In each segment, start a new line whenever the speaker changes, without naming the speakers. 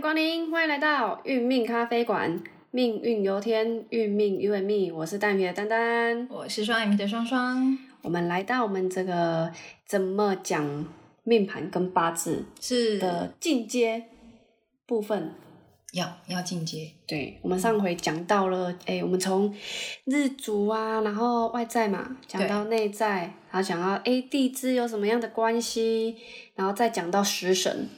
光临，欢迎来到运命咖啡馆，命运由天，运命由命。我是蛋皮的丹丹，
我是双眼皮的双双，
我们来到我们这个怎么讲命盘跟八字
是
的进阶部分。
要要进阶，
对，我们上回讲到了，哎、我们从日主啊，然后外在嘛，讲到内在，然后讲到哎、地支有什么样的关系，然后再讲到食神。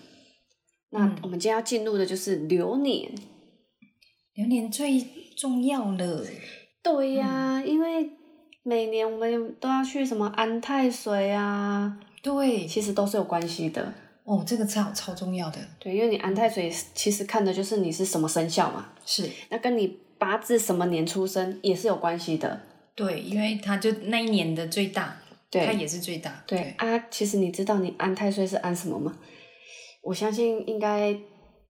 那
嗯
我们今天要进入的就是流年。
流年最重要了，
对呀、因为每年我们都要去什么安泰水啊，
对，
其实都是有关系的。
哦，这个超超重要的，
对，因为你安泰水其实看的就是你是什么生肖嘛，
是
那跟你八字什么年出生也是有关系的。
对，因为它就那一年的最大，它
对
也是最大，
对啊，其实你知道你安太岁是安什么吗？我相信应该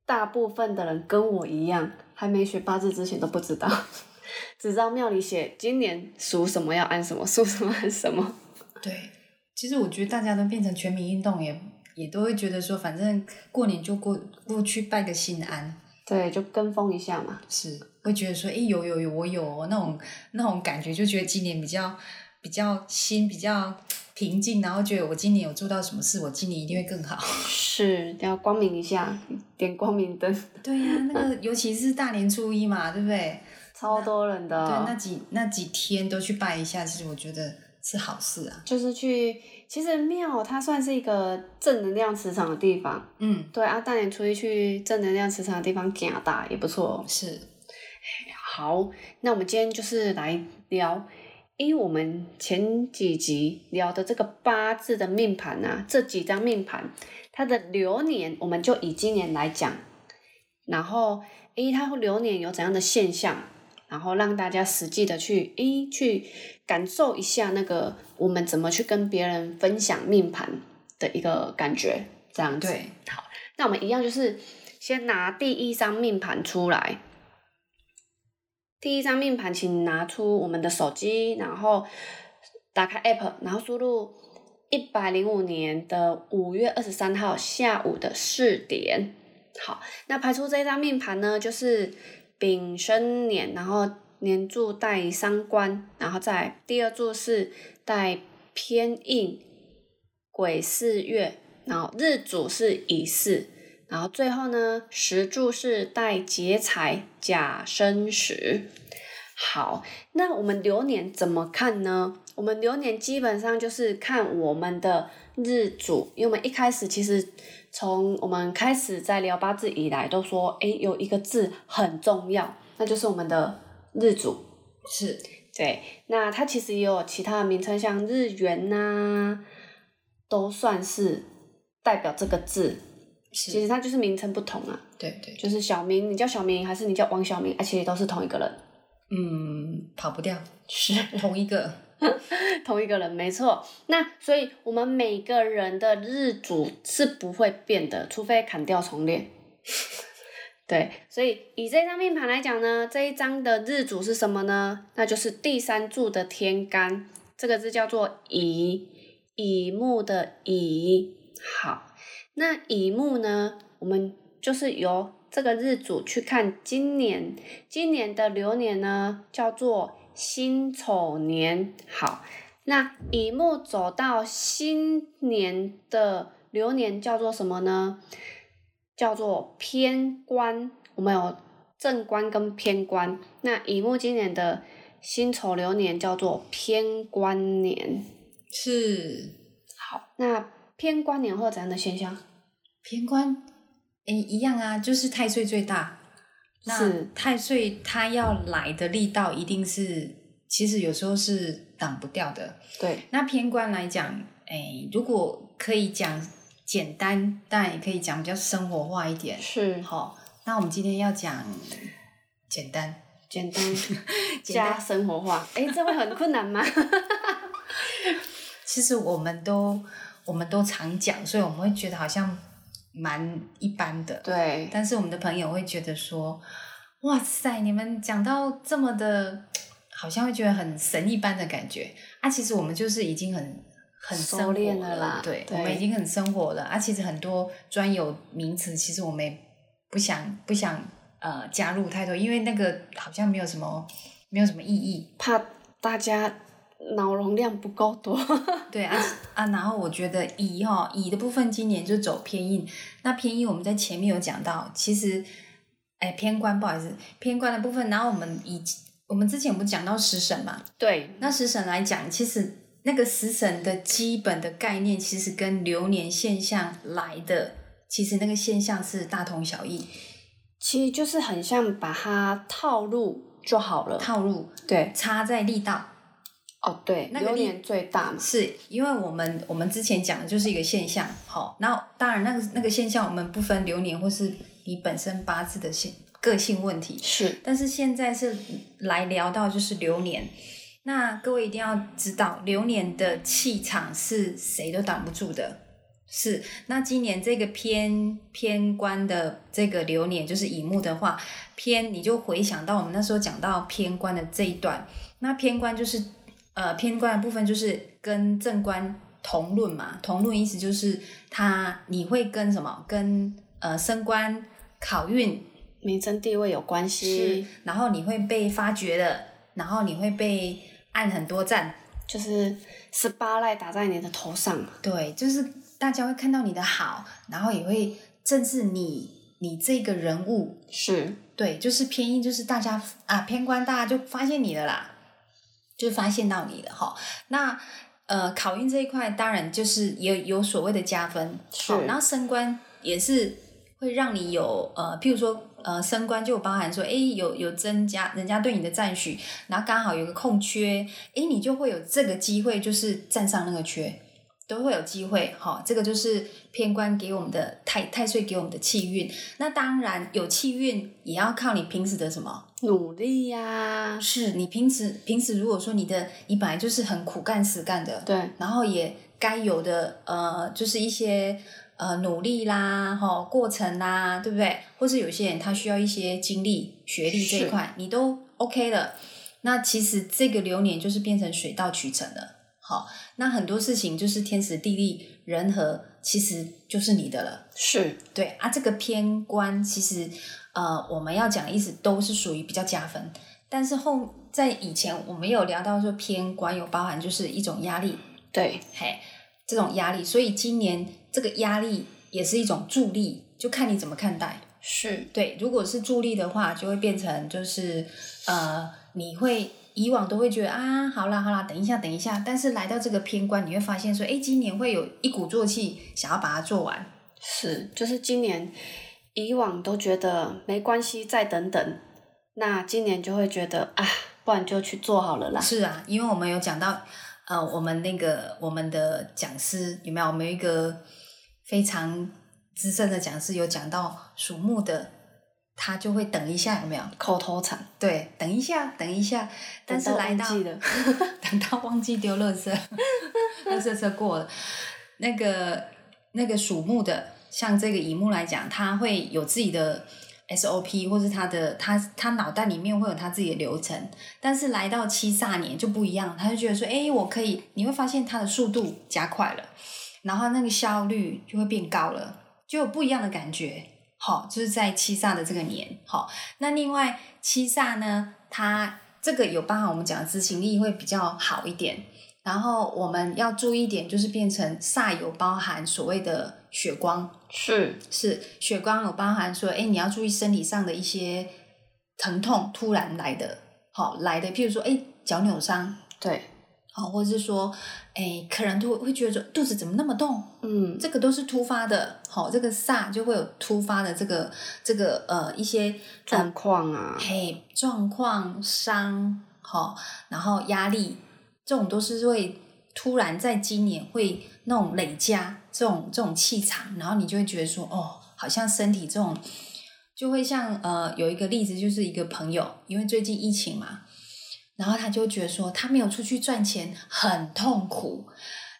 大部分的人跟我一样，还没学八字之前都不知道， 只知道庙里写今年属什么要安什么，属什么安什么。
对，其实我觉得大家都变成全民运动也。也都会觉得说，反正过年就过过去拜个心安，
对，就跟风一下嘛。
是会觉得说，哎，有有有，我有哦那种那种感觉，就觉得今年比较比较新，比较平静，然后觉得我今年有做到什么事，我今年一定会更好。
是要光明一下，点光明灯，
对呀、那个尤其是大年初一嘛，对不对？
超多人的
对，
哦。
那几那几天都去拜一下，其实我觉得是好事啊。
就是去，其实庙它算是一个正能量磁场的地方。
嗯，
对啊，大年初一去正能量磁场的地方行大也不错。
是
好，那我们今天就是来聊，因为我们前几集聊的这个八字的命盘啊，这几张命盘，它的流年，我们就以今年来讲，然后，诶，它流年有怎样的现象，然后让大家实际的去，诶，去感受一下那个我们怎么去跟别人分享命盘的一个感觉，这样子。
对，
那我们一样就是先拿第一张命盘出来。第一张命盘，请拿出我们的手机，然后打开 App，然后输入一百零五年的五月二十三号下午的四点。好，那排出这张命盘呢，就是丙申年，然后年柱带伤官，然后再来第二柱是带偏印癸巳月，然后日主是乙巳，然后最后呢，十柱是带劫财甲申时。好，那我们流年怎么看呢？我们流年基本上就是看我们的日主，因为我们一开始其实从我们开始在聊八字以来都说，诶，有一个字很重要，那就是我们的日主。
是
对，那它其实也有其他的名称，像日元呐、都算是代表这个字。其
是，
实它就是名称不同啊，
对对，
就是小明，你叫小明还是你叫王小明，啊，其实都是同一个人，
嗯，跑不掉，
是
同一个，
同一个人，没错。那所以我们每个人的日主是不会变的，除非砍掉重练。 对，所以以这张命盘来讲呢，这一张的日主是什么呢？那就是第三柱的天干，这个字叫做乙，乙木的乙。好，那乙木呢，我们就是由这个日主去看今年，今年的流年呢叫做辛丑年。好，那乙木走到新年的流年叫做什么呢？叫做偏官。我们有正官跟偏官。那乙木今年的辛丑流年叫做偏官年。
是
好，那偏官年会有怎样的现象？
偏官，哎，一样啊，就是太岁最大。那
是
太岁他要来的力道一定是，其实有时候是挡不掉的。
对，
那偏官来讲，哎，如果可以讲简单，但也可以讲比较生活化一点。
是
好，那我们今天要讲简单，
简单
简单
加生活化。哎，这会很困难吗？
其实我们都我们都常讲，所以我们会觉得好像蛮一般的。
对，
但是我们的朋友会觉得说，哇塞，你们讲到这么的，好像会觉得很神一般的感觉啊。其实我们就是已经很很
收
生活
敛了啦
对，
对
我们已经很生活了啊。其实很多专有名词，其实我们也不想不想呃加入太多，因为那个好像没有什么没有什么意义。
怕大家脑容量不够多。
对啊啊，然后我觉得乙哈乙的部分今年就走偏硬，那偏硬我们在前面有讲到，其实哎偏官不好意思，偏官的部分，然后我们以我们之前不讲到食神嘛，
对，
那食神来讲，其实那个食神的基本的概念，其实跟流年现象来的，其实那个现象是大同小异，
其实就是很像把它套路就好了。
套路
对，
差在力道。
哦对，
那个
流
力
年最大嘛。
是因为我们我们之前讲的就是一个现象，好，那当然那个那个现象我们不分流年或是你本身八字的性个性问题，
是，
但是现在是来聊到就是流年，那各位一定要知道流年的气场是谁都挡不住的，是。那今年这个偏偏官的这个流年就是乙木的话，偏你就回想到我们那时候讲到偏官的这一段，那偏官就是呃偏官的部分就是跟正官同论嘛，同论意思就是他你会跟什么跟呃升官考运
名声地位有关
是
系，，
然后你会被发掘的，然后你会被按很多赞，
就是十八赖打在你的头上。
对，就是大家会看到你的好，然后也会正视你你这个人物，
是，
对，就是偏硬，就是大家啊偏官，大家就发现你了啦，就发现到你了哈。那呃，考运这一块当然就是有有所谓的加分，
是
好然后升官也是会让你有呃，譬如说呃，升官就包含说，诶，有有增加人家对你的赞许，然后刚好有个空缺，诶，你就会有这个机会，就是站上那个缺。都会有机会，好、这个就是偏官给我们的太太岁给我们的气运。那当然有气运，也要靠你平时的什么
努力呀、
是你平时平时如果说你的你本来就是很苦干实干的，
对，
然后也该有的呃，就是一些呃努力啦，哈、过程啦，对不对？或是有些人他需要一些经历、学历这一
是
块，你都 OK 了。那其实这个流年就是变成水到渠成了。好，那很多事情就是天时地利人和，其实就是你的了。
是
对啊，这个偏官其实呃，我们要讲的意思都是属于比较加分，但是后在以前我们有聊到说偏官有包含就是一种压力，
对，
嘿，这种压力，所以今年这个压力也是一种助力，就看你怎么看待。
是
对，如果是助力的话，就会变成就是呃，你会以往都会觉得啊，好啦好啦，等一下等一下，但是来到这个偏官，你会发现说，哎，今年会有一鼓作气想要把它做完。
是，就是今年以往都觉得没关系，再等等，那今年就会觉得啊，不然就去做好了啦。
是啊，因为我们有讲到，呃，我们那个我们的讲师有没有？我们有一个非常资深的讲师有讲到属木的，他就会等一下，有没有？
口头禅，
对，等一下，等一下，但是
等到
来
忘
到
记了
等到忘记丢垃 圾，垃圾车过了，那个那个属木的，像这个乙木来讲，他会有自己的 SOP，或是他的他他脑袋里面会有他自己的流程，但是来到七煞年就不一样，他就觉得说，哎，我可以，你会发现他的速度加快了，然后那个效率就会变高了，就有不一样的感觉。好，就是在七煞的这个年，好，那另外七煞呢，它这个有包含我们讲的执行力会比较好一点。然后我们要注意一点，就是变成煞有包含所谓的血光，
是
是血光有包含说，哎，你要注意身体上的一些疼痛突然来的，好、来的，譬如说，哎，脚扭伤，
对，
好、或者是说，哎，可能都会觉得说肚子怎么那么痛，
嗯，
这个都是突发的，好、这个煞就会有突发的这个这个呃一些呃
状况啊，
嘿，状况、伤，好、然后压力，这种都是会突然在今年会那种累加这种这种气场，然后你就会觉得说，哦，好像身体这种就会像呃，有一个例子就是一个朋友，因为最近疫情嘛，然后他就觉得说他没有出去赚钱很痛苦，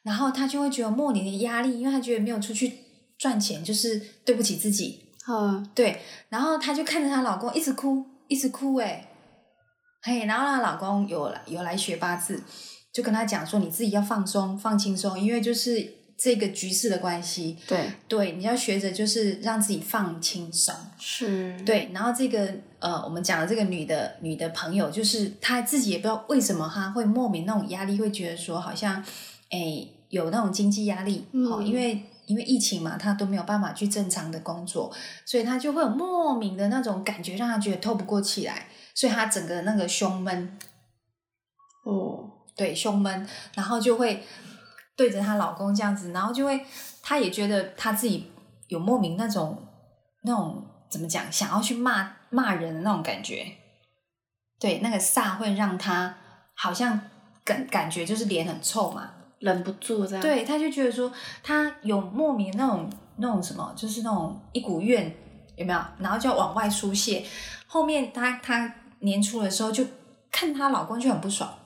然后他就会觉得莫名的压力，因为他觉得没有出去赚钱就是对不起自己，
嗯，
对，然后她就看着她老公一直哭，一直哭、哎，嘿，然后她老公有来有来学八字，就跟她讲说，你自己要放松，放轻松，因为就是这个局势的关系。
对，
对，你要学着就是让自己放轻松。
是，
对，然后这个呃，我们讲的这个女的女的朋友，就是她自己也不知道为什么她会莫名那种压力，会觉得说好像哎有那种经济压力、哦，
嗯
因为因为疫情嘛，她都没有办法去正常的工作，所以她就会有莫名的那种感觉，让她觉得透不过气来，所以她整个那个胸闷，
哦，
对胸闷，然后就会对着她老公这样子，然后就会她也觉得她自己有莫名那种那种怎么讲，想要去骂骂人的那种感觉。对，那个煞会让她好像感感觉就是脸很臭嘛。
忍不住这样，，
对，她就觉得说她有莫名那种那种什么，就是那种一股怨有没有？然后就要往外疏泄。后面她她年初的时候就看她老公就很不爽，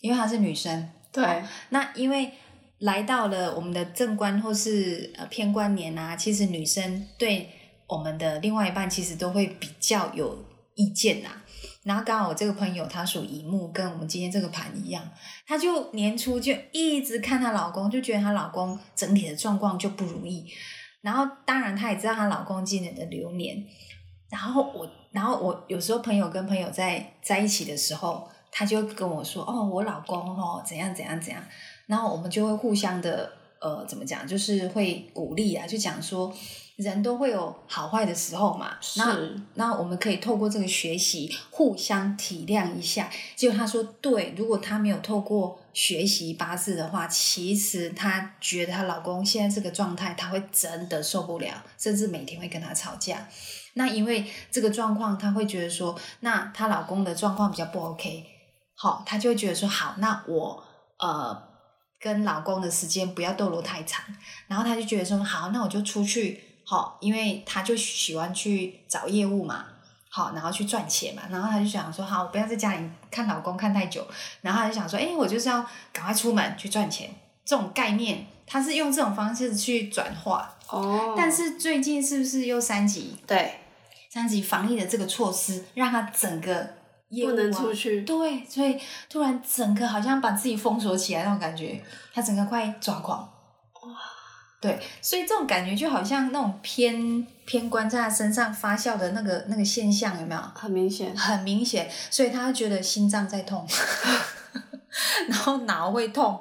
因为她是女生。
对，
那因为来到了我们的正官或是呃偏官年啊，其实女生对我们的另外一半其实都会比较有意见啊呐、然后刚好我这个朋友她属乙木，跟我们今天这个盘一样，她就年初就一直看她老公，就觉得她老公整体的状况就不如意。然后当然她也知道她老公今年的流年，然后我，然后我有时候朋友跟朋友在在一起的时候，他就会跟我说：“哦，我老公哦，怎样怎样怎样。”然后我们就会互相的呃，怎么讲，就是会鼓励啊，就讲说人都会有好坏的时候嘛。那
是，
那我们可以透过这个学习互相体谅一下。结果他说：“对，如果她没有透过学习八字的话，其实她觉得她老公现在这个状态，她会真的受不了，甚至每天会跟他吵架。”那因为这个状况，她会觉得说，那她老公的状况比较不 OK，好，她就会觉得说，好，那我呃跟老公的时间不要逗留太长，然后她就觉得说，好，那我就出去，好，因为她就喜欢去找业务嘛，好，然后去赚钱嘛，然后她就想说，好，我不要在家里看老公看太久，然后她就想说，哎，我就是要赶快出门去赚钱，这种概念，她是用这种方式去转化，
哦，
但是最近是不是又三级？
对，
三级防疫的这个措施，让他整个业务、啊、
不能出去
对，所以突然整个好像把自己封锁起来那种感觉，他整个快抓狂。哇！对，所以这种感觉就好像那种偏偏官在他身上发酵的那个那个现象，有没有？
很明显，
很明显，所以他会觉得心脏在痛， 然后脑会痛，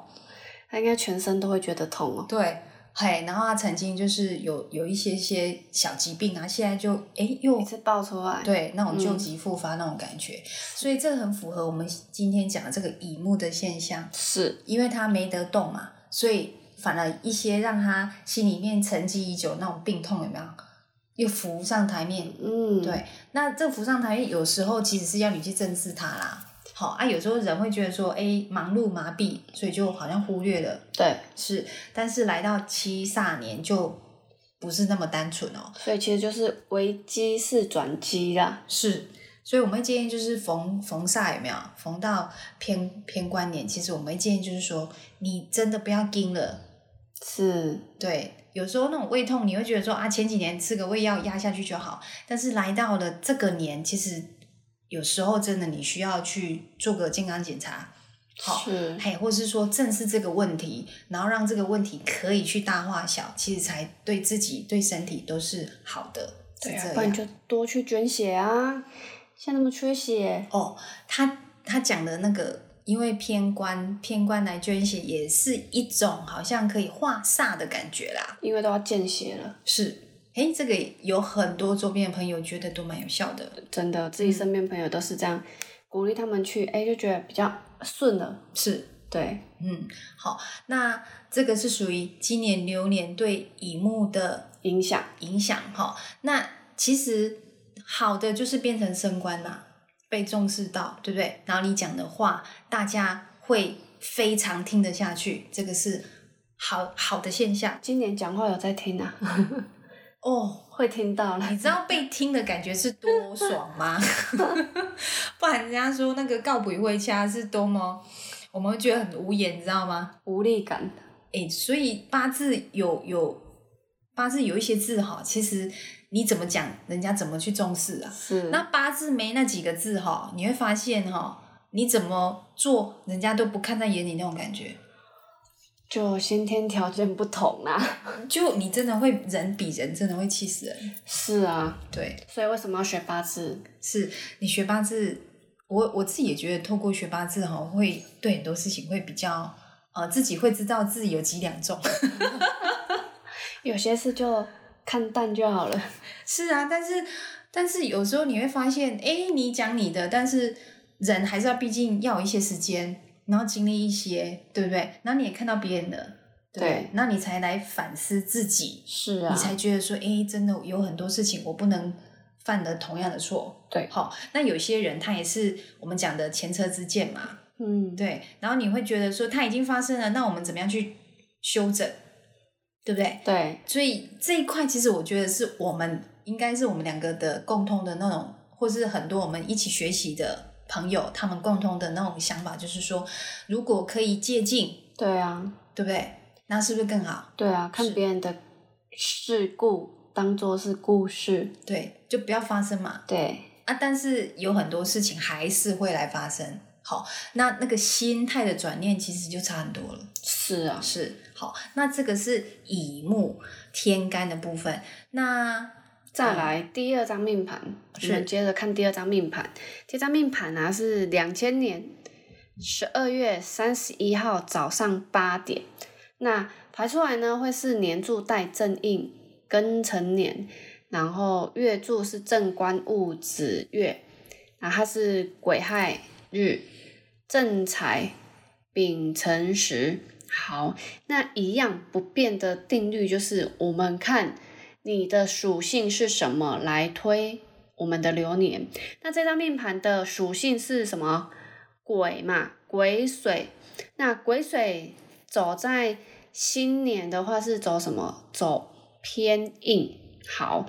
他应该全身都会觉得痛哦，
对，嘿，然后他曾经就是有有一些些小疾病啊，现在就哎又
一次爆出来，，
对，那种旧
嗯
疾复发那种感觉，所以这很符合我们今天讲的这个乙木的现象，
是，
因为他没得动嘛，所以反而一些让他心里面沉积已久那种病痛有没有，又浮上台面。
嗯，
对，那这浮上台面有时候其实是要你去正视它啦。好啊，有时候人会觉得说，哎，忙碌麻痹，所以就好像忽略了。
对，
是，但是来到七煞年就不是那么单纯哦。
所以其实就是危机是转机啦，
是，所以我们会建议就是逢逢煞有没有逢到偏偏关年，其实我们会建议就是说，你真的不要盯了。
是，
对，有时候那种胃痛，你会觉得说啊，前几年吃个胃药压下去就好，但是来到了这个年，其实有时候真的你需要去做个健康检查。好
是，
嘿，或是说正视这个问题，然后让这个问题可以去大化小，其实才对自己、对身体都是好的。是
对啊
这，
不然
样
就多去捐血啊，现在那么缺血，
哦，他他讲的那个，因为偏官偏官来捐血，也是一种好像可以化煞的感觉啦。
因为都要见血了，
是，诶，这个有很多周边的朋友觉得都蛮有效的。
真的，自己身边朋友都是这样，鼓励他们去，哎，就觉得比较顺了，
是，
对，
嗯，好，那这个是属于今年流年对乙木的
影响，
影响哈。那其实好的就是变成升官啦，被重视到，对不对？然后你讲的话，大家会非常听得下去，这个是好好的现象
今年讲话有在听啊，
哦。
会听到啦
你，知道被听的感觉是多爽吗？ 不然人家说那个告不回家是多么，我们会觉得很无言，你知道吗？
无力感，
诶，所以八字有有八字有一些字哈，其实你怎么讲，人家怎么去重视啊？
是，
那八字没那几个字哈，你会发现哈，你怎么做，人家都不看在眼里那种感觉。
就先天条件不同啦、
就你真的会人比人真的会气死人。
是啊，
对，
所以为什么要学八字？
是你学八字，我我自己也觉得透过学八字哈，会对很多事情会比较呃，自己会知道自己有几两重。
有些事就看淡就好了。
是啊，但是但是有时候你会发现，哎，你讲你的，但是人还是要毕竟要有一些时间，然后经历一些，对不对？然后你也看到别人的，不
对
那你才来反思自己，
是啊
你才觉得说，哎，真的有很多事情我不能犯的同样的错。
对
好，那有些人他也是我们讲的前车之鉴嘛，
嗯，
对。然后你会觉得说，它已经发生了，那我们怎么样去修整，对不对？
对
所以这一块其实我觉得是我们应该是我们两个的共通的那种，或是很多我们一起学习的朋友，他们共通的那种想法，就是说，如果可以借鉴，
对啊，
对不对？那是不是更好？
对啊，看
是
别人的事故当做是故事，
对，就不要发生嘛。
对
啊，但是有很多事情还是会来发生。好，那那个心态的转念其实就差很多了。
是啊，
是好，那这个是乙木天干的部分。那
再来第二张命盘，我
是
们接着看第二张命盘。这张命盘啊是两千年十二月三十一号早上八点，那排出来呢会是年柱带正印庚辰年，然后月柱是正官戊子月，那它是癸亥日正财丙辰时。好，那一样不变的定律就是我们看。你的属性是什么来推我们的流年。那这张命盘的属性是什么？癸嘛，癸水。那癸水走在新年的话是走什么？走偏硬。好，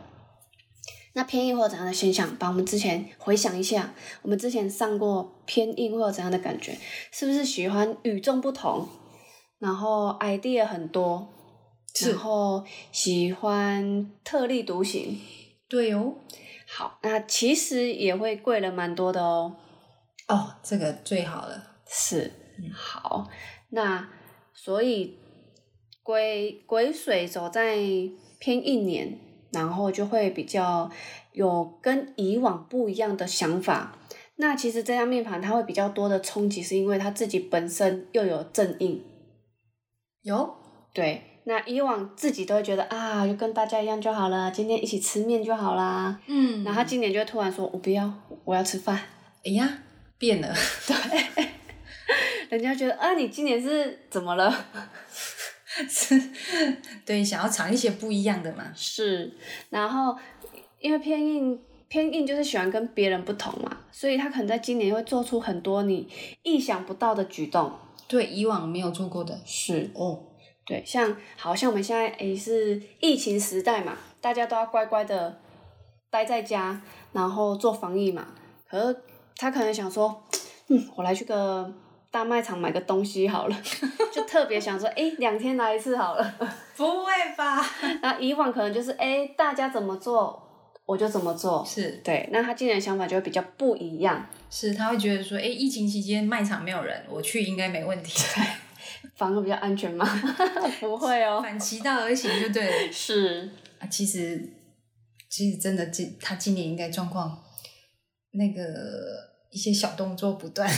那偏硬会有怎样的现象？把我们之前回想一下，我们之前上过偏硬会有怎样的感觉？是不是喜欢与众不同，然后 idea 很多，
是
然后喜欢特立独行？
对哦，
好，那其实也会贵了蛮多的哦。
哦，这个最好了。
是，
嗯
好，那所以癸癸水走在偏一年，然后就会比较有跟以往不一样的想法。那其实这张面盘它会比较多的冲击，是因为它自己本身又有正印，
有，
对。那以往自己都会觉得啊，就跟大家一样就好了，今天一起吃面就好啦。
嗯
然
然
后
后
他今年就会突然说：“我不要，我要吃饭。”
哎呀，变 了，
人家觉得啊，你今年是怎么了？
是，对，想要尝一些不一样的嘛，
是，然后因为偏硬，偏硬就是喜欢跟别人不同嘛，所以他可能在今年会做出很多你意想不到的举动。
对，以往没有做过的，
是，
哦，
对，像好像我们现在诶是疫情时代嘛，大家都要乖乖的待在家，然后做防疫嘛。可是他可能想说，嗯，我来去个大卖场买个东西好了， 就特别想说，诶，两天来一次好了。
不会吧？
那以往可能就是哎、大家怎么做我就怎么做，
是
对。那他今年的想法就会比较不一样，
是，他会觉得说，哎，疫情期间卖场没有人，我去应该没 问题，
反而比较安全吗？ 不会哦，
反其道而行就对了。
是
啊，其实，其实真的，今他今年应该状况，那个一些小动作不断，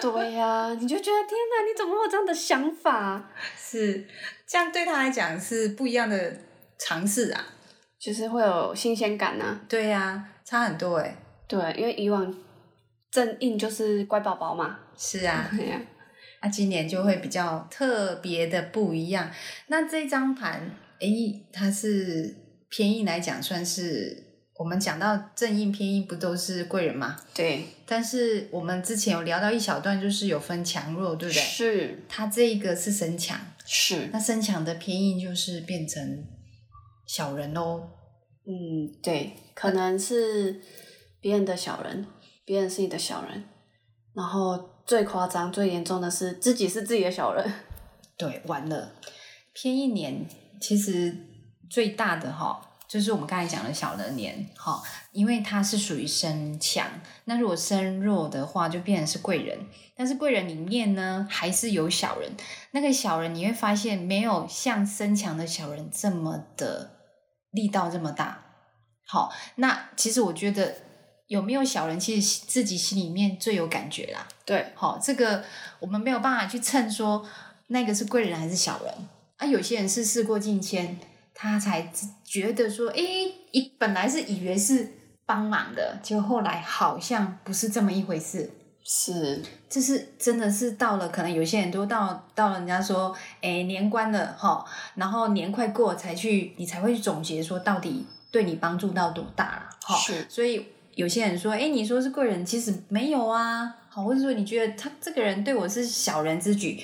对呀、你就觉得天哪，你怎么会有这样的想法？
是这样对他来讲是不一样的尝试啊，
就是会有新鲜感呐、
对呀、差很多哎、
对，因为以往正印就是乖宝宝嘛，
是 啊。
对呀、
那今年就会比较特别的不一样。那这张盘，诶，它是偏硬来讲，算是我们讲到正印偏硬，不都是贵人嘛？
对，
但是我们之前有聊到一小段，就是有分强弱，对不对？
是
它这一个是身强，
是，
那身强的偏硬就是变成小人喽。
嗯，对，可能是别人的小人，别人是你的小人，然后最夸张、最严重的是自己是自己的小人，
对，完了，偏硬年其实最大的哈、就是我们刚才讲的小人年，好、因为它是属于身强，那如果身弱的话，就变成是贵人。但是贵人里面呢，还是有小人。那个小人你会发现，没有像身强的小人这么的力道这么大。好，那其实我觉得有没有小人，其实自己心里面最有感觉啦。
对，
好，这个我们没有办法去称说那个是贵人还是小人啊。有些人是事过境迁，他才知觉得说，诶，以本来是以为是帮忙的，结果后来好像不是这么一回事。
是，
这是真的是到了，可能有些人都到到了，人家说，诶，年关了哈，然后年快过才去，你才会去总结说到底对你帮助到多大啦，哈。
是，
所以有些人说，哎、你说是贵人，其实没有啊，好，或者说你觉得他这个人对我是小人之举，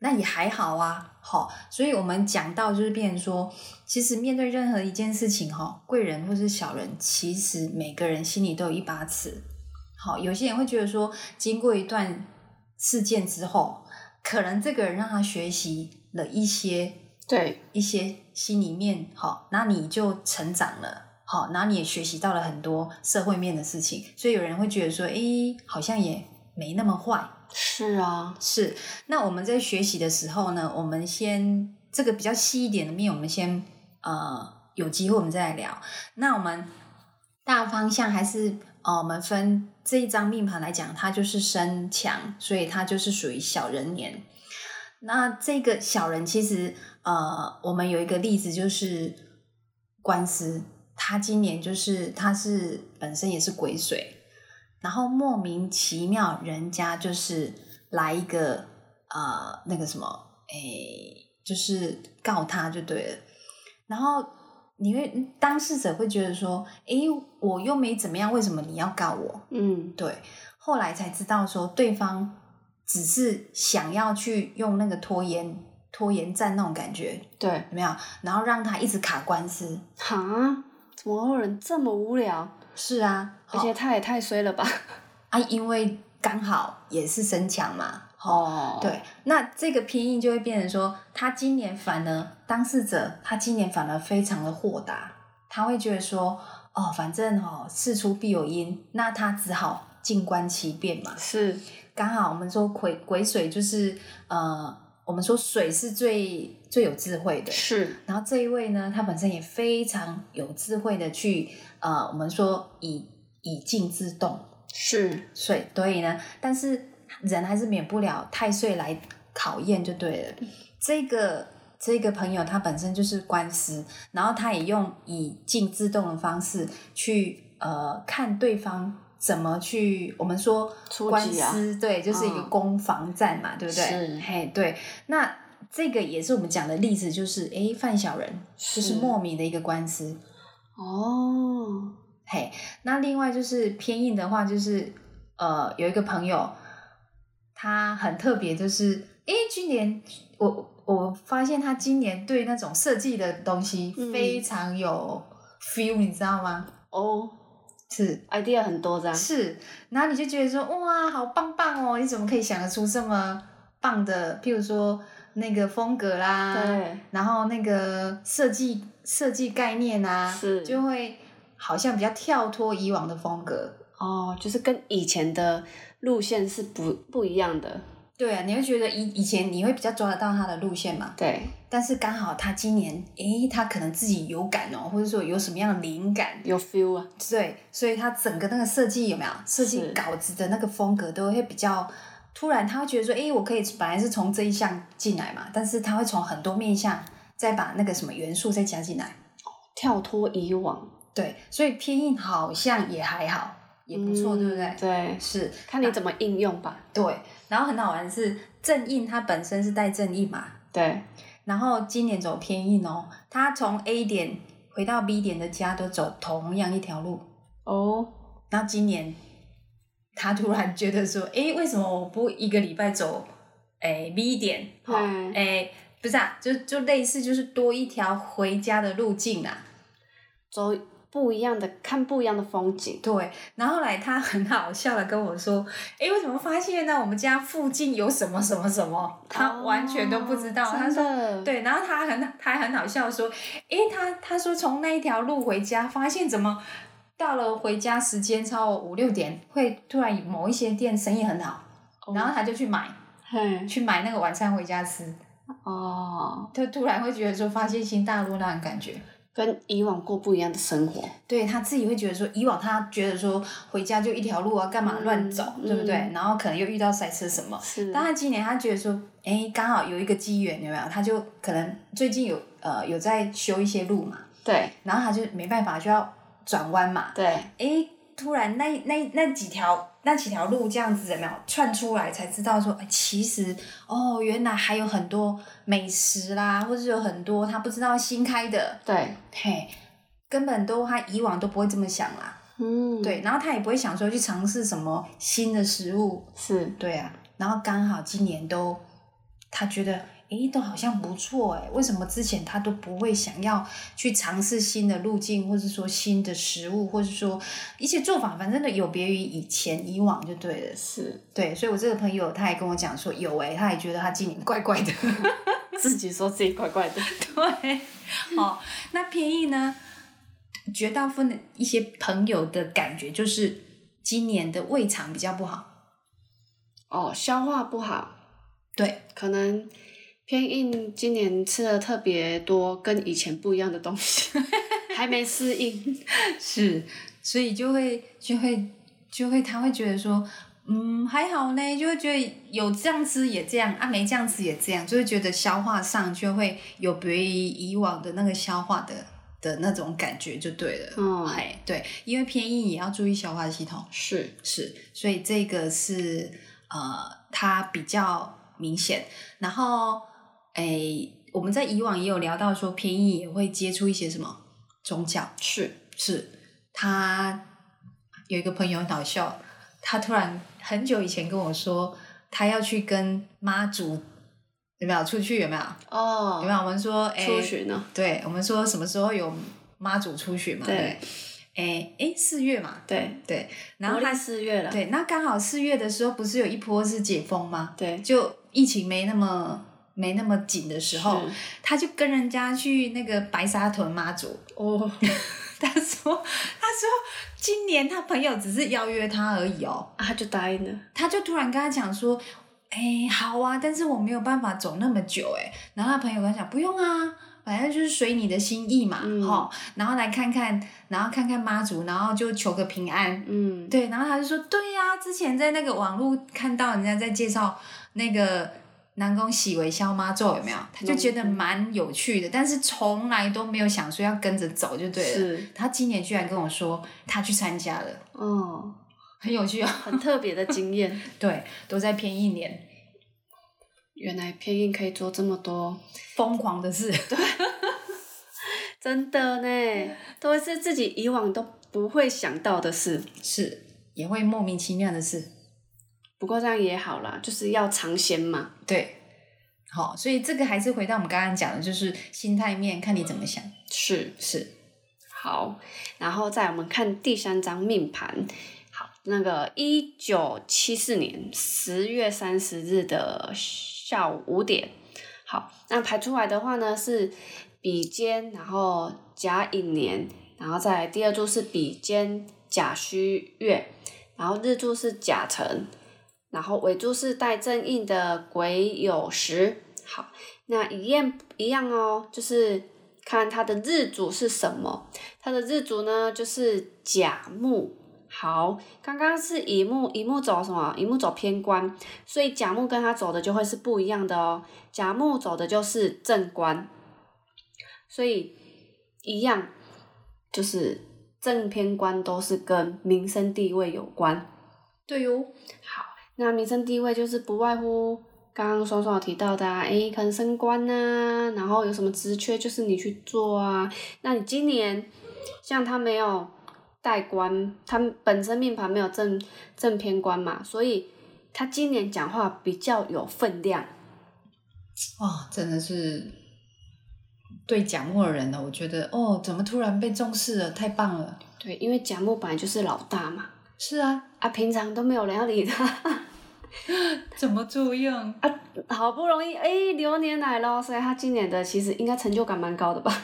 那也还好啊，好，所以我们讲到就是变成说，其实面对任何一件事情，哈，贵人或是小人，其实每个人心里都有一把尺，好，有些人会觉得说，经过一段事件之后，可能这个人让他学习了一些
对，
一些心里面好，那你就成长了。好，那你也学习到了很多社会面的事情，所以有人会觉得说，诶，好像也没那么坏。
是啊，
是，那我们在学习的时候呢，我们先这个比较细一点的面，我们先呃有机会我们再来聊。那我们大方向还是呃，我们分这一张命盘来讲，它就是身强，所以它就是属于小人年。那这个小人其实呃，我们有一个例子就是官司，他今年就是他是本身也是癸水，然后莫名其妙人家就是来一个呃那个什么，诶，就是告他就对了，然后你会当事者会觉得说，诶，我又没怎么样，为什么你要告我？
嗯，
对，后来才知道说对方只是想要去用那个拖延拖延战那种感觉，
对，
有没有？然后让他一直卡官司。
哈，怎么会有人这么无聊？
是啊，
而且他也太衰了吧？
啊，因为刚好也是身强嘛，
哦，
哦，对，那这个拼音就会变成说，他今年反而当事者，他今年反而非常的豁达，他会觉得说，哦，反正哦，事出必有因，那他只好静观其变嘛。
是，
刚好我们说癸癸水就是呃，我们说水是最最有智慧的。
是，
然后这一位呢，他本身也非常有智慧的去呃，我们说以以静制动，
是，
所以所以呢，但是人还是免不了太岁来考验就对了。
嗯
这个这个朋友他本身就是官司，然后他也用以静制动的方式去呃看对方怎么去，我们说
出
官
击啊
司、对，就是一个
嗯
攻防战嘛，对不对？
是
嘿，对，那。这个也是我们讲的例子，就是诶，犯小人就
是
是莫名的一个官司，
哦，
嘿，那另外就是偏硬的话，就是呃，有一个朋友，他很特别，就是诶，今年我我发现他今年对那种设计的东西
嗯
非常有 feel，、你知道吗？
哦
是
，idea 很多这样，
是，然后你就觉得说哇，好棒棒哦，你怎么可以想得出这么棒的？譬如说那个风格啦，
对，
然后那个设计设计概念啊，
是
就会好像比较跳脱以往的风格。
哦，就是跟以前的路线是不不一样的，
对啊，你会觉得以以前你会比较抓得到他的路线嘛，
对，
但是刚好他今年，诶，他可能自己有感哦，或者说有什么样的灵感，
有 feel 啊，
对，所以他整个那个设计有没有设计
是
稿子的那个风格都会比较突然，他会觉得说，诶，我可以本来是从这一项进来嘛，但是他会从很多面向再把那个什么元素再加进来，
跳脱以往，
对，所以偏硬好像也还好，也不错，对不对
嗯？对，
是，
看你怎么应用吧，
对，然后很好玩的是正印，它本身是带正印嘛，
对，
然后今年走偏硬哦，他从 A 点回到 B 点的家都走同样一条路，
哦，
然后今年他突然觉得说， 诶，为什么我不一个礼拜走诶 B 点？好，
嗯
诶，不是啊，就就类似就是多一条回家的路径啊，
走不一样的看不一样的风景。
对，然后后来他很好笑的跟我说：“诶，我怎么发现呢？我们家附近有什么什么什么？”他完全都不知道。
哦
他
真
说：“
的
对。”然后他很他还很好笑地说：“诶，他他说从那一条路回家，发现怎么到了回家时间超过五六点，会突然某一些店生意很好，
哦
然后他就去买
嘿，
去买那个晚餐回家吃。
哦，
他突然会觉得说发现新大陆那种感觉。”
跟以往过不一样的生活，
对他自己会觉得说，以往他觉得说回家就一条路啊，干嘛乱走，
嗯
对不对？
嗯
然后可能又遇到塞车什么。
是
但他今年他觉得说，哎，刚好有一个机缘，有没有？他就可能最近有呃有在修一些路嘛，
对
然后他就没办法就要转弯嘛。
对，
哎，突然那那那几条那几条路这样子有没有串出来，才知道说，哎，其实哦，原来还有很多美食啦，或者是有很多他不知道新开的，
对，
嘿，根本都他以往都不会这么想啦。
嗯，，
对，然后他也不会想说去尝试什么新的食物，
是，
对啊。然后刚好今年都，他觉得诶都好像不错诶，为什么之前他都不会想要去尝试新的路径，或是说新的食物，或是说一些做法，反正都有别于以前以往就对了。
是
对，所以我这个朋友他也跟我讲说有诶，他也觉得他今年怪怪的。
自己说自己怪怪的，
对，哦，那便宜呢？绝大部分的一些朋友的感觉就是今年的胃肠比较不好，
哦，消化不好，
对
可能偏硬，今年吃的特别多，跟以前不一样的东西， 还没适应，
是，所以就会就会就会他会觉得说，嗯，还好呢，就会觉得有这样吃也这样啊，没这样吃也这样，就会觉得消化上就会有别于以往的那个消化的的那种感觉就对了。
嗯
哎，对，因为偏硬也要注意消化系统。
是，
是，所以这个是呃，它比较明显。然后，诶，我们在以往也有聊到说，偏义也会接触一些什么宗教，
是，
是他有一个朋友很好笑，他突然很久以前跟我说，他要去跟妈祖有没有出去有没有有没
哦，
有？我们说，诶
出巡呢，
对，我们说什么时候有妈祖出巡嘛？
对，
诶诶，四月嘛，
对，
对，然
国历
后他
四月了，
对，那刚好四月的时候，不是有一波是解封吗？
对，
就疫情没那么没那么紧的时候
是，
他就跟人家去那个白沙屯妈祖。
哦，
他说：“他说今年他朋友只是邀约他而已哦。
啊，他就答应了，”
他就突然跟他讲说：“哎、好啊，但是我没有办法走那么久哎。”然后他朋友跟他讲：“不用啊。”反正就是随你的心意嘛，哈、
嗯
然后来看看，然后看看妈祖，然后就求个平安，
嗯，
对，然后他就说：“对呀、之前在那个网络看到人家在介绍那个南宫喜为消妈咒，有没有？他就觉得蛮有趣的，但是从来都没有想说要跟着走就对了。
是，
他今年居然跟我说他去参加了，
哦，
很有趣哦。
很特别的经验，
对，都在偏一年
原来偏硬可以做这么多。
疯狂的事，
真的呢，都是自己以往都不会想到的事。
是也会莫名其妙的事。
不过这样也好啦，就是要尝鲜嘛。
对，好，所以这个还是回到我们刚刚讲的，就是心态面，看你怎么想。
是，
是
好，然后再我们看第三张命盘。好，那个一九七四年十月三十日的下午五点。好，那排出来的话呢是比肩，然后甲寅年，然后再来第二柱是比肩甲戌月，然后日柱是甲辰，然后尾柱是带正印的癸酉时。好，那一样一样哦，就是看它的日主是什么。它的日主呢就是甲木。好，刚刚是乙木，乙木走什么？乙木走偏官，所以甲木跟它走的就会是不一样的哦。甲木走的就是正官，所以一样就是正偏官都是跟民生地位有关。
对哟、
那民生地位就是不外乎刚刚双双有提到的、啊，诶，可能升官呐、然后有什么职缺就是你去做啊。那你今年像他没有带官，他本身命盘没有正正偏官嘛，所以他今年讲话比较有分量。
哇，真的是对讲木耳人呢，我觉得哦，怎么突然被重视了？太棒了！
对，因为甲木本来就是老大嘛，
是啊，
啊，平常都没有人要理他，
怎么作用？
好不容易哎流年来了，所以他今年的其实应该成就感蛮高的吧？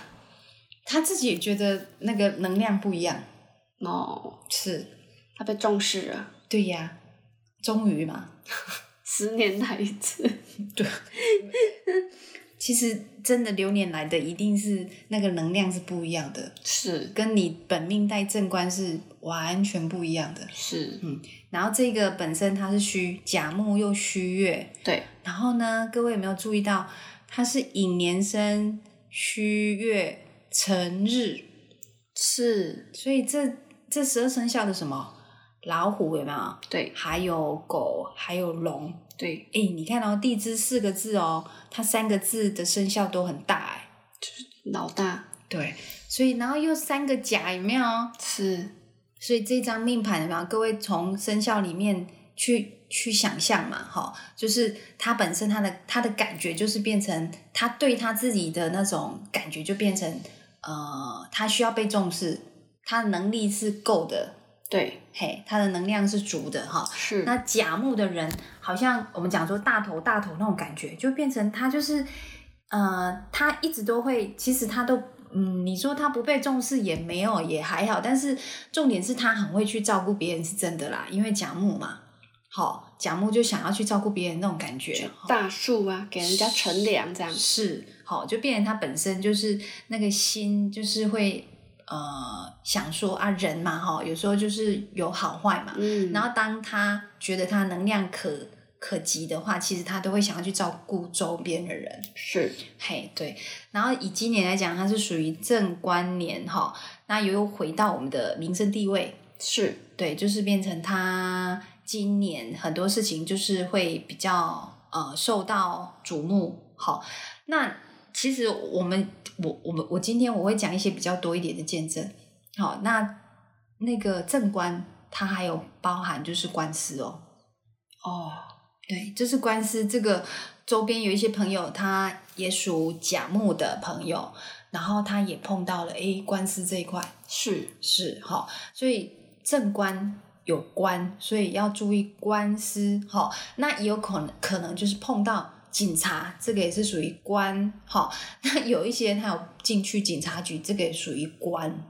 他自己也觉得那个能量不一样，
哦，
是
他被重视了，
对呀，终于嘛，
十年来一次，
其实真的流年来的一定是那个能量是不一样的，
是
跟你本命带正官是完全不一样的。
是，
然后这个本身它是虚甲木又虚月，
对，
然后呢，各位有没有注意到，它是寅年生虚月辰日，
是，
所以这这十二生肖的什么老虎有没有？
对
还有狗，还有龙。
对，
哎，你看哦，地支四个字哦，它三个字的生肖都很大哎。
老大
对，所以然后又三个甲有没有？
是
所以这张命盘有没有？各位从生肖里面去去想象嘛，哈，就是他本身他的他的感觉就是变成他对他自己的那种感觉就变成呃，他需要被重视，他的能力是够的，
对
嘿，他的能量是足的哈。
是
那甲木的人，好像我们讲说大头大头那种感觉，就变成他就是，呃，他一直都会，其实他都，嗯，你说他不被重视也没有，也还好，但是重点是他很会去照顾别人，是真的啦，因为甲木嘛，好、甲木就想要去照顾别人那种感觉，齁
大树啊，给人家乘凉这样，
是，好，就变成他本身就是那个心，就是会呃想说啊，人嘛，哈，有时候就是有好坏嘛，
嗯，
然后当他觉得他能量可可及的话，其实他都会想要去照顾周边的人。
是
嘿，对。然后以今年来讲，它是属于正官年哈，那又回到我们的民生地位，
是
对，就是变成他今年很多事情就是会比较呃受到瞩目。好，那其实我们我我们我今天我会讲一些比较多一点的见证。好，那那个正官它还有包含就是官司哦，
哦，
对，就是官司这个周边有一些朋友，他也属甲木的朋友，然后他也碰到了诶官司这一块，
是
是哈、所以正官有官，所以要注意官司哈、那也有可能可能就是碰到警察，这个也是属于官哈、那有一些人他有进去警察局，这个也属于官，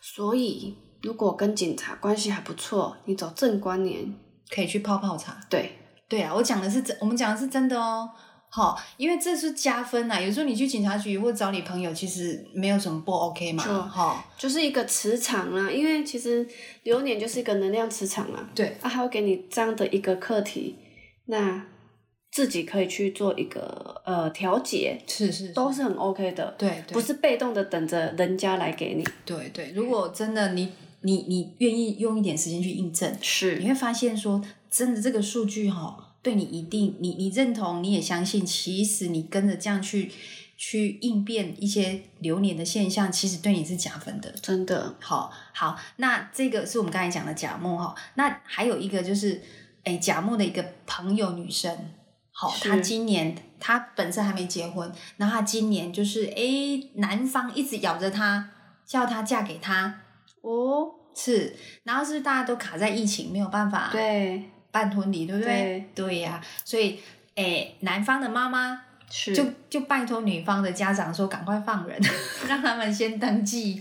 所以，如果跟警察关系还不错，你走正官年，
可以去泡泡茶。
对，
对啊，我讲的是真，我们讲的是真的哦。好，因为这是加分呐、有时候你去警察局或找你朋友，其实没有什么不 OK 嘛。
就
哈，
就是一个磁场啦。因为其实流年就是一个能量磁场啦，
对，
啊，还会给你这样的一个课题，那自己可以去做一个呃调节，
是是，
都是很 OK 的，
对，对
不是被动的等着人家来给你，
对对。如果真的你你你愿意用一点时间去印证，你
是
会发现说，真的这个数据哈、对你一定你你认同，你也相信，其实你跟着这样去去应变一些流年的现象，其实对你是加分的。
真的
好好，那这个是我们刚才讲的甲木哈，那还有一个就是，哎，甲木的一个朋友女生，好，
是
她今年她本身还没结婚，然后她今年就是哎，男方一直咬着她，叫她嫁给他，
哦，
是，然后是不是大家都卡在疫情，没有办法
对，
办婚礼，对不对？对呀、所以哎，男方的妈妈
是
就就拜托女方的家长说，赶快放人， 让他们先登记，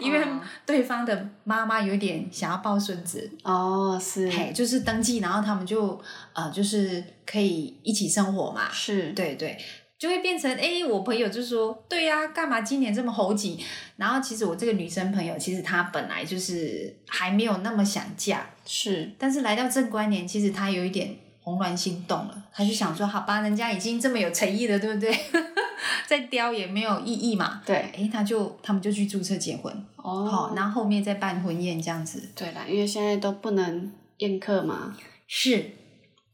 因为
哦
对方的妈妈有点想要抱孙子，
哦是
嘿，就是登记，然后他们就呃，就是可以一起生活嘛，
是，
对对，就会变成哎、诶我朋友就说，对呀、干嘛今年这么猴急？然后其实我这个女生朋友，其实她本来就是还没有那么想嫁，
是
但是来到正官年，其实他有一点怦然心动了，他就想说，好吧，人家已经这么有诚意了，对不 对？再刁也没有意义嘛。
对
诶，他就他们就去注册结婚，
哦
好、然后后面再办婚宴这样子。
对啦，因为现在都不能宴客嘛，
是，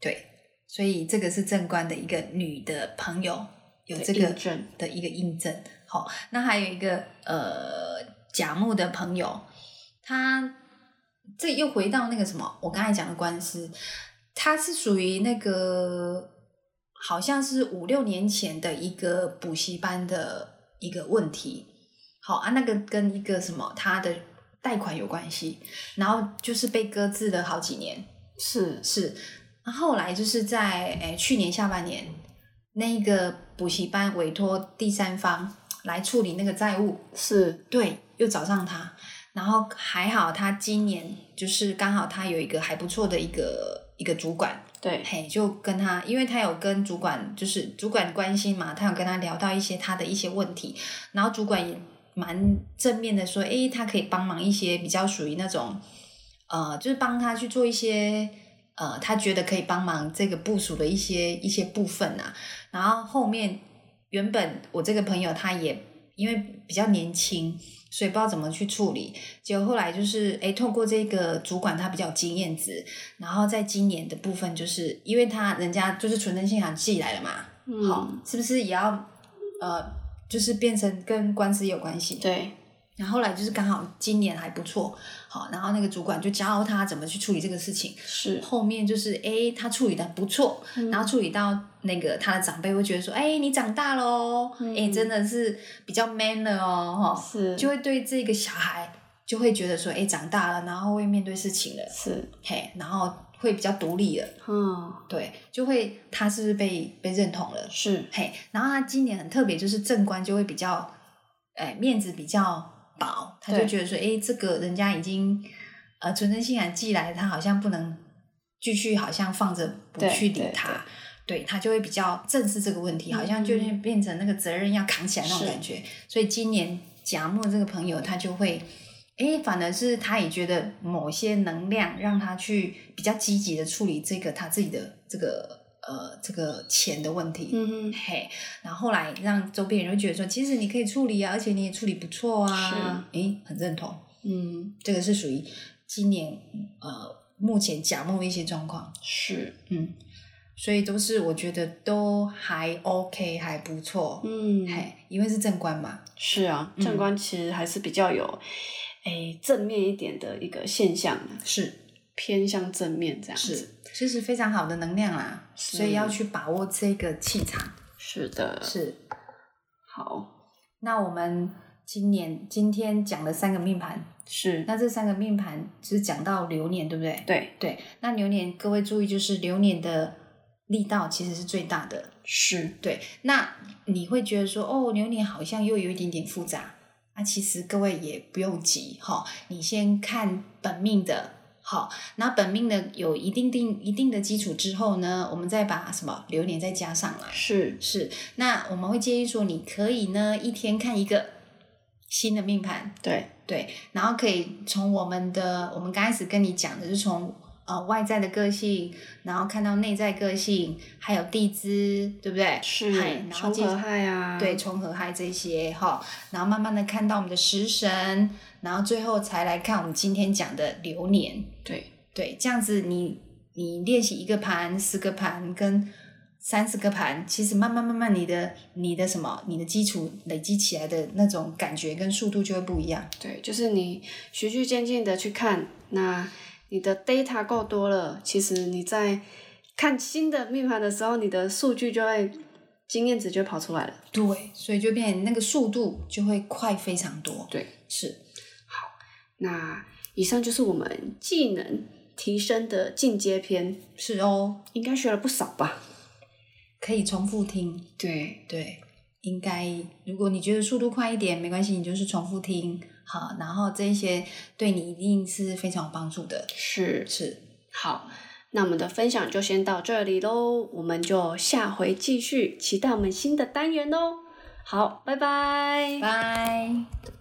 对，所以这个是正官的一个女的朋友有
对
这个
印证
的一个印证。好、那还有一个呃甲木的朋友，他这又回到那个什么，我刚才讲的官司，他是属于那个好像是五六年前的一个补习班的一个问题。好啊，那个跟一个什么他的贷款有关系，然后就是被搁置了好几年。
是
是，那后来就是在诶去年下半年，那个补习班委托第三方来处理那个债务，
是
对，又找上他，然后还好他今年就是刚好他有一个还不错的一个一个主管，
对，
嘿，就跟他，因为他有跟主管就是主管关心嘛，他有跟他聊到一些他的一些问题，然后主管也蛮正面的说，诶，他可以帮忙一些比较属于那种，呃，就是帮他去做一些。呃，他觉得可以帮忙这个部署的一些一些部分啊，然后后面原本我这个朋友他也因为比较年轻，所以不知道怎么去处理。结果后来就是，诶，透过这个主管他比较有经验值，然后在今年的部分，就是因为他人家就是存真信函寄来了嘛，好
嗯，，
是不是也要呃，就是变成跟官司也有关系？
对，
然后后来就是刚好今年还不错，好，然后那个主管就教他怎么去处理这个事情。
是，
后面就是哎、诶他处理的不错，
嗯
然后处理到那个他的长辈会觉得说，哎、你长大喽，哎、
嗯
真的是比较 man 了哦，哈，
是
就会对这个小孩就会觉得说，哎、长大了，然后会面对事情了，
是，
嘿，然后会比较独立了，
嗯，
对，就会他是不是被被认同了，
是，
嘿，然后他今年很特别，就是正官就会比较，哎、面子比较薄，他就
对
觉得说，哎、这个人家已经呃纯真信函寄来，他好像不能继续，好像放着不
对
去理
对嗯
他，对他就会比较正视这个问题，好像就是变成那个责任要扛起来那种
是
感觉。所以今年贾木这个朋友，他就会。哎，反而是他也觉得某些能量让他去比较积极的处理这个他自己的这个呃这个钱的问题，
嗯哼，
嘿，然后后来让周边人就觉得说，其实你可以处理啊，而且你也处理不错啊，诶，很认同，
嗯，
这个是属于今年呃目前甲木一些状况，
是，
嗯，所以都是我觉得都还 OK，还不错，
嗯，
嘿，因为是正官嘛，
是啊，
嗯
正官其实还是比较有，诶、正面一点的一个现象，啊
是
偏向正面这样子。
是，这是非常好的能量啦，所以
是呃
要去把握这个气场，
是的，
是。
好，
那我们今年今天讲了三个命盘，
是，
那这三个命盘只讲到流年，对不对？
对，
对，那流年各位注意，就是流年的力道其实是最大的。
是，
对，那你会觉得说，哦，流年好像又有一点点复杂。那其实各位也不用急哈、你先看本命的，好，那本命的有一定定一定的基础之后呢，我们再把什么流年再加上来。
是，
是，那我们会建议说，你可以呢一天看一个新的命盘，
对，
对，然后可以从我们的我们刚开始跟你讲的，就是从呃外在的个性，然后看到内在个性，还有地支，对不对？
是
嗨然后
重
接
合害啊，
对，重合害这些哈，然后慢慢的看到我们的食神，然后最后才来看我们今天讲的流年。
对，
对，这样子你你练习一个盘、十个盘跟三十个盘，其实慢慢慢慢你的你的什么，你的基础累积起来的那种感觉跟速度就会不一样。
对，就是你循序渐进的去看，那你的 data 够多了，其实你在看新的命盘的时候，你的数据就会经验值就会跑出来了。
对，所以就变成那个速度就会快非常多。
对，
是
那以上就是我们技能提升的进阶篇，
是哦，
应该学了不少吧？
可以重复听。
对，
对，应该如果你觉得速度快一点没关系，你就是重复听好，然后这一些对你一定是非常有帮助的。
是
是，
好。那我们的分享就先到这里喽，我们就下回哦继续期待我们新的单元喽。好，拜拜
拜。